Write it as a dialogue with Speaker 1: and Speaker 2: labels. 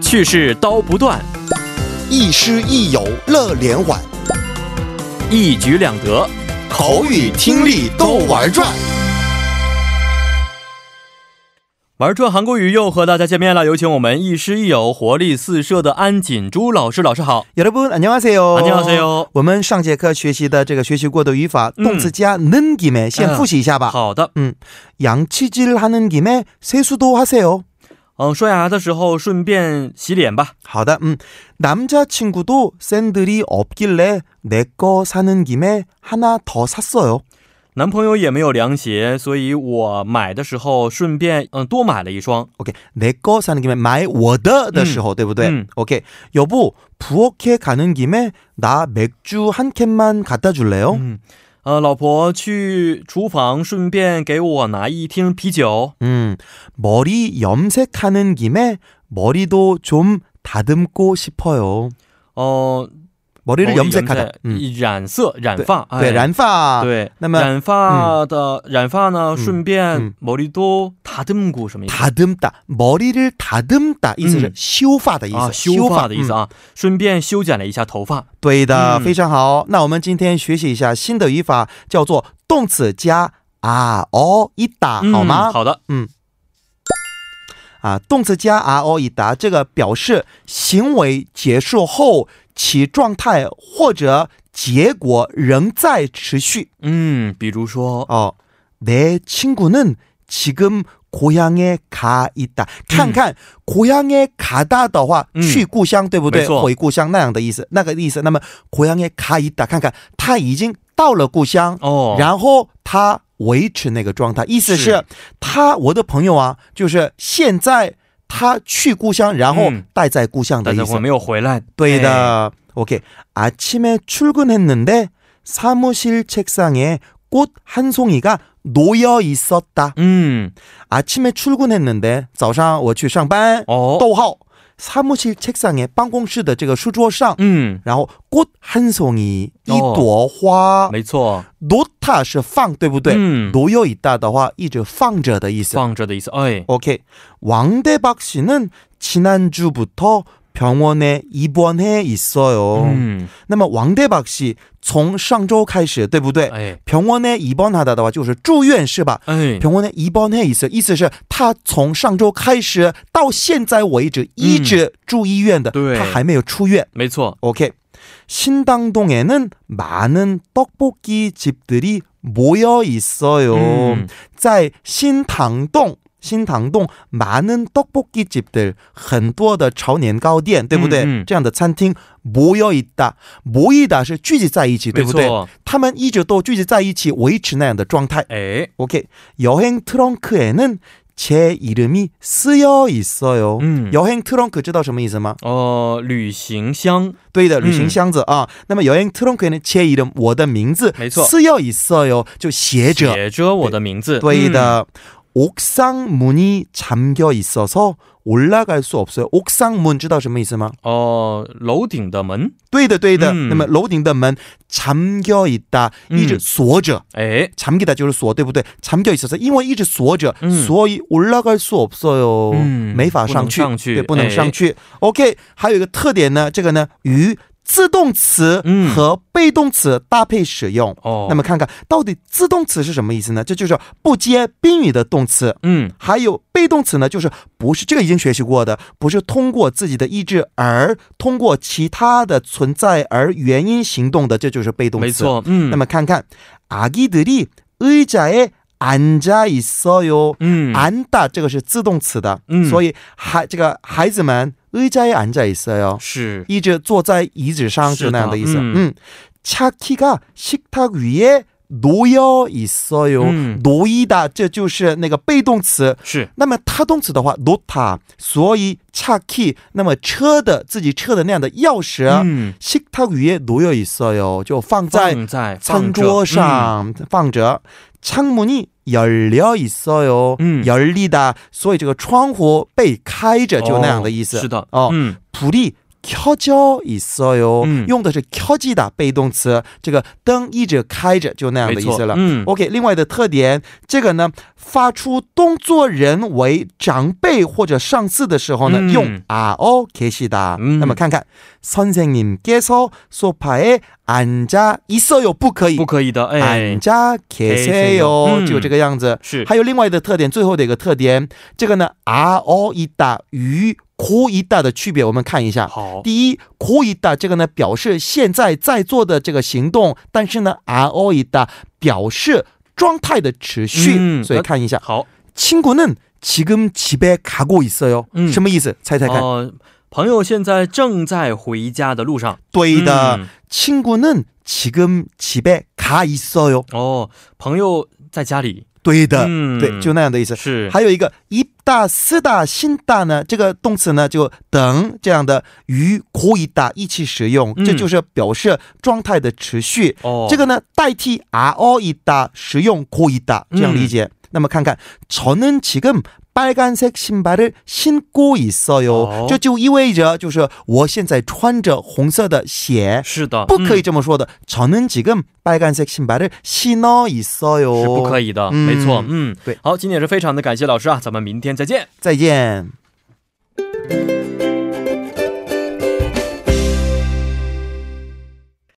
Speaker 1: 去世刀不断，
Speaker 2: 亦师亦友乐连环，
Speaker 1: 一举两得。
Speaker 2: 口语听力都玩转。
Speaker 1: 玩转韩国语又和大家见面了，有请我们亦师亦友、活力四射的安锦珠老师。老师好，
Speaker 3: 여러분 안녕하세요.
Speaker 1: 안녕하세요.
Speaker 3: 我们上节课学习的这个学习过的语法，
Speaker 1: 嗯
Speaker 3: 动词加는 김에 先复习一下吧。
Speaker 1: 好的。
Speaker 3: 양치질하는 김에 세수도 하세요.
Speaker 1: 嗯，刷牙的时候顺便洗脸吧。
Speaker 3: 好的，嗯，남자친구도 샌들이 없길래 내 거 사는 김에 하나 더 샀어요.
Speaker 1: 男朋友也没有凉鞋，所以我买的时候顺便嗯多买了一双。
Speaker 3: OK， 내 거 사는 김에 买我的的时候，对不对、
Speaker 1: 嗯
Speaker 3: o k 여보 부엌에 가는 김에 나 맥주 한 캔만 갖다 줄래요?
Speaker 1: 嗯，呃，老婆去厨房顺便给我拿一听啤酒。
Speaker 3: 음, 머리 염색하는 김에 머리도 좀 다듬고 싶어요.
Speaker 1: 哦、
Speaker 3: 머리를
Speaker 1: 머리
Speaker 3: 염색하다. 음.
Speaker 1: 염색染 아, 예. 色嗯染发，哎
Speaker 3: 네, 란파.
Speaker 1: 对，
Speaker 3: 啊那么
Speaker 1: 染发的、染发呢，顺便
Speaker 3: 嗯
Speaker 1: 머리도다듬고什么意思？
Speaker 3: 다듬다. 머리를 다듬다. 意思是
Speaker 1: 음.
Speaker 3: 修发的意思.嗯
Speaker 1: 啊，修发
Speaker 3: 음.
Speaker 1: 的意思啊，顺便修剪了一下头
Speaker 3: 啊
Speaker 1: 发。
Speaker 3: 네,
Speaker 1: 嗯。嗯
Speaker 3: 아, 어 对的，非常好。那我们今天学习一下新的语法，叫做动词加啊哦一打，好吗？
Speaker 1: 好的，
Speaker 3: 啊，动词加 r o 以达，这个表示行为结束后其状态或者结果仍在持续。
Speaker 1: 嗯，比如说，
Speaker 3: 哦，내친구는지금고향에가있다。看看고향에가다的话，
Speaker 1: 嗯
Speaker 3: 去故乡，对不
Speaker 1: 没
Speaker 3: 对？
Speaker 1: 错
Speaker 3: 回故乡那样的意思，那个意思。那么고향에가있다，看看他已经到了故乡，
Speaker 1: 哦，
Speaker 3: 然后他维持那个状态，意思
Speaker 1: 是
Speaker 3: 是他我的朋友啊，就是现在他去故乡，然后
Speaker 1: 嗯
Speaker 3: 待在故乡的
Speaker 1: 但是
Speaker 3: 意思。
Speaker 1: 我没有回来。
Speaker 3: 对
Speaker 1: 哎，
Speaker 3: 的。OK. 아침에출근했는데사무실책상에꽃 한 송이가 놓여 있었다.
Speaker 1: 嗯，
Speaker 3: 아침에출근했는데早上我去上班。
Speaker 1: 哦，
Speaker 3: 逗号사무실책상에办公室的这个书桌上，
Speaker 1: 嗯，
Speaker 3: 然后꽃한송이一
Speaker 1: 哦
Speaker 3: 朵花。
Speaker 1: 没错，
Speaker 3: 놓다是放，对不对？
Speaker 1: 嗯
Speaker 3: 놓여있다的话，一直放着的意思。
Speaker 1: 放着的意思。哎，
Speaker 3: OK. 왕대박 씨는 지난주부터 병원에 입원해 있어요.
Speaker 1: 嗯，
Speaker 3: 那么 왕대박 씨, 从上周开始,对不对?
Speaker 1: 哎，
Speaker 3: 병원에 입원하다다 就是住院是吧?
Speaker 1: 哎，
Speaker 3: 병원에 입원해 있어. 意思是他从上周开始到现在为止一直住医院的.
Speaker 1: 对。
Speaker 3: 他还没有出院.
Speaker 1: 没错，
Speaker 3: 오케이. 신당동에는 많은 떡볶이 집들이 모여 있어요.
Speaker 1: 嗯，
Speaker 3: 在新堂洞，新堂洞많은떡볶이집들很多的炒年糕店，对不对？
Speaker 1: 嗯嗯
Speaker 3: 这样的餐厅모여있다，모이다是聚集在一起，对
Speaker 1: 没
Speaker 3: 不对？
Speaker 1: 错，
Speaker 3: 他们一直都聚集在一起，维持那样的状态。
Speaker 1: 哎，
Speaker 3: OK，여행트렁크에는제이름이쓰여있어요。
Speaker 1: 嗯，
Speaker 3: 여행트렁크知道什么意思吗？
Speaker 1: 呃，旅行箱，
Speaker 3: 对的，
Speaker 1: 嗯
Speaker 3: 旅行箱子啊。那么여행트렁크에는제이름我的名字，
Speaker 1: 没错
Speaker 3: 쓰여있어요就写着。
Speaker 1: 写着我的名字。
Speaker 3: 对
Speaker 1: 嗯，
Speaker 3: 的。옥상 문이 잠겨 있어서 올라갈 수 없어요. 옥상 문知道什么意思吗
Speaker 1: 哦，楼顶的门，
Speaker 3: 对的对的
Speaker 1: 嗯。
Speaker 3: 那么楼顶的门잠겨있다一直锁着
Speaker 1: 哎，
Speaker 3: 잠기다就是锁对不对잠겨있어서因为一直锁着
Speaker 1: 嗯
Speaker 3: 所以올라갈수없어요
Speaker 1: 嗯
Speaker 3: 没法上去
Speaker 1: 不能上去哎
Speaker 3: 对不能上去 OK 还有一个特点呢这个呢与自动词
Speaker 1: 嗯
Speaker 3: 和被动词搭配使用
Speaker 1: 哦，
Speaker 3: 那么看看到底自动词是什么意思呢这就是不接宾语的动词
Speaker 1: 嗯，
Speaker 3: 还有被动词呢，就是不是这个已经学习过的，不是通过自己的意志而通过其他的存在而原因行动的，这就是被动词。
Speaker 1: 没。错，嗯，
Speaker 3: 那么看看，아기들이의자에앉아있어요。
Speaker 1: 嗯，
Speaker 3: 앉다这个是自动词的，
Speaker 1: 嗯
Speaker 3: 所以孩这个孩子们의자에앉아있어요，
Speaker 1: 是
Speaker 3: 一直坐在椅子上 음.
Speaker 1: 是的
Speaker 3: 是那样的意思。
Speaker 1: 嗯
Speaker 3: 嗯，차키가식탁위에놓여있어요。
Speaker 1: 嗯
Speaker 3: 놓이다这就是那个被动词。
Speaker 1: 是，
Speaker 3: 那么它动词的话，nota，所以 c key，那么车的自己车的那样的钥匙，
Speaker 1: 嗯，
Speaker 3: 식탁위에놓여있어요，就放
Speaker 1: 放
Speaker 3: 在
Speaker 1: 嗯在
Speaker 3: 餐桌，上放着。창문이열려있어요，
Speaker 1: 嗯
Speaker 3: 열리다，所以这个窗户被开着，
Speaker 1: 放着
Speaker 3: 就那样的意思。
Speaker 1: 哦是的，
Speaker 3: 哦
Speaker 1: 嗯，
Speaker 3: 불이켜져 켜져 있어요.
Speaker 1: 嗯。
Speaker 3: 用的是켜지다被动词，这个灯一直开着，就那样
Speaker 1: 没
Speaker 3: 的意
Speaker 1: 错
Speaker 3: 思了。
Speaker 1: 嗯
Speaker 3: OK，另外的特点，这个呢，发出动作人为长辈或者上司的时候呢，
Speaker 1: 嗯
Speaker 3: 用啊哦계시다。
Speaker 1: 嗯
Speaker 3: 那么看看，선생님께서소파에앉아있어요，不可以
Speaker 1: 不，可以的，哎
Speaker 3: 앉，아계세요，
Speaker 1: 嗯
Speaker 3: 就这个样子。
Speaker 1: 是
Speaker 3: 还有另外的特点，最后的一个特点，这个呢，啊哦一大与코이다的区别，我们看一下。
Speaker 1: 好，
Speaker 3: 第一，코이다这个呢表示现在在做的这个行动，但是呢，아오이다表示状态的持续。
Speaker 1: 嗯
Speaker 3: 所以看一下，
Speaker 1: 好，
Speaker 3: 친구는지금집에가고있어요。
Speaker 1: 嗯
Speaker 3: 什么意思？猜猜看。
Speaker 1: 呃，朋友现在正在回家的路上。
Speaker 3: 对的，
Speaker 1: 嗯
Speaker 3: 친구는지금집에가있어요。
Speaker 1: 哦，朋友在家里。
Speaker 3: 对的，
Speaker 1: 嗯
Speaker 3: 对，就那样的意思。
Speaker 1: 是，
Speaker 3: 还有一个一大、四大、新大呢，这个动词呢就等这样的与可以大一起使用，
Speaker 1: 嗯
Speaker 3: 这就是表示状态的持续。
Speaker 1: 哦，
Speaker 3: 这个呢代替 r o 一大使用可以大，
Speaker 1: 嗯
Speaker 3: 这样理解。那么看看，저는지금빨간색신발을신고있어요。
Speaker 1: 哦
Speaker 3: 这就意味着就是我现在穿着红色的鞋。
Speaker 1: 是的，
Speaker 3: 不可以
Speaker 1: 嗯，
Speaker 3: 这么说的，저는지금빨간색신발을신어있어요。
Speaker 1: 是不可以的，
Speaker 3: 嗯
Speaker 1: 没错，嗯，
Speaker 3: 对
Speaker 1: 好，今天也是非常的感谢老师啊，咱们明天再见。
Speaker 3: 再见。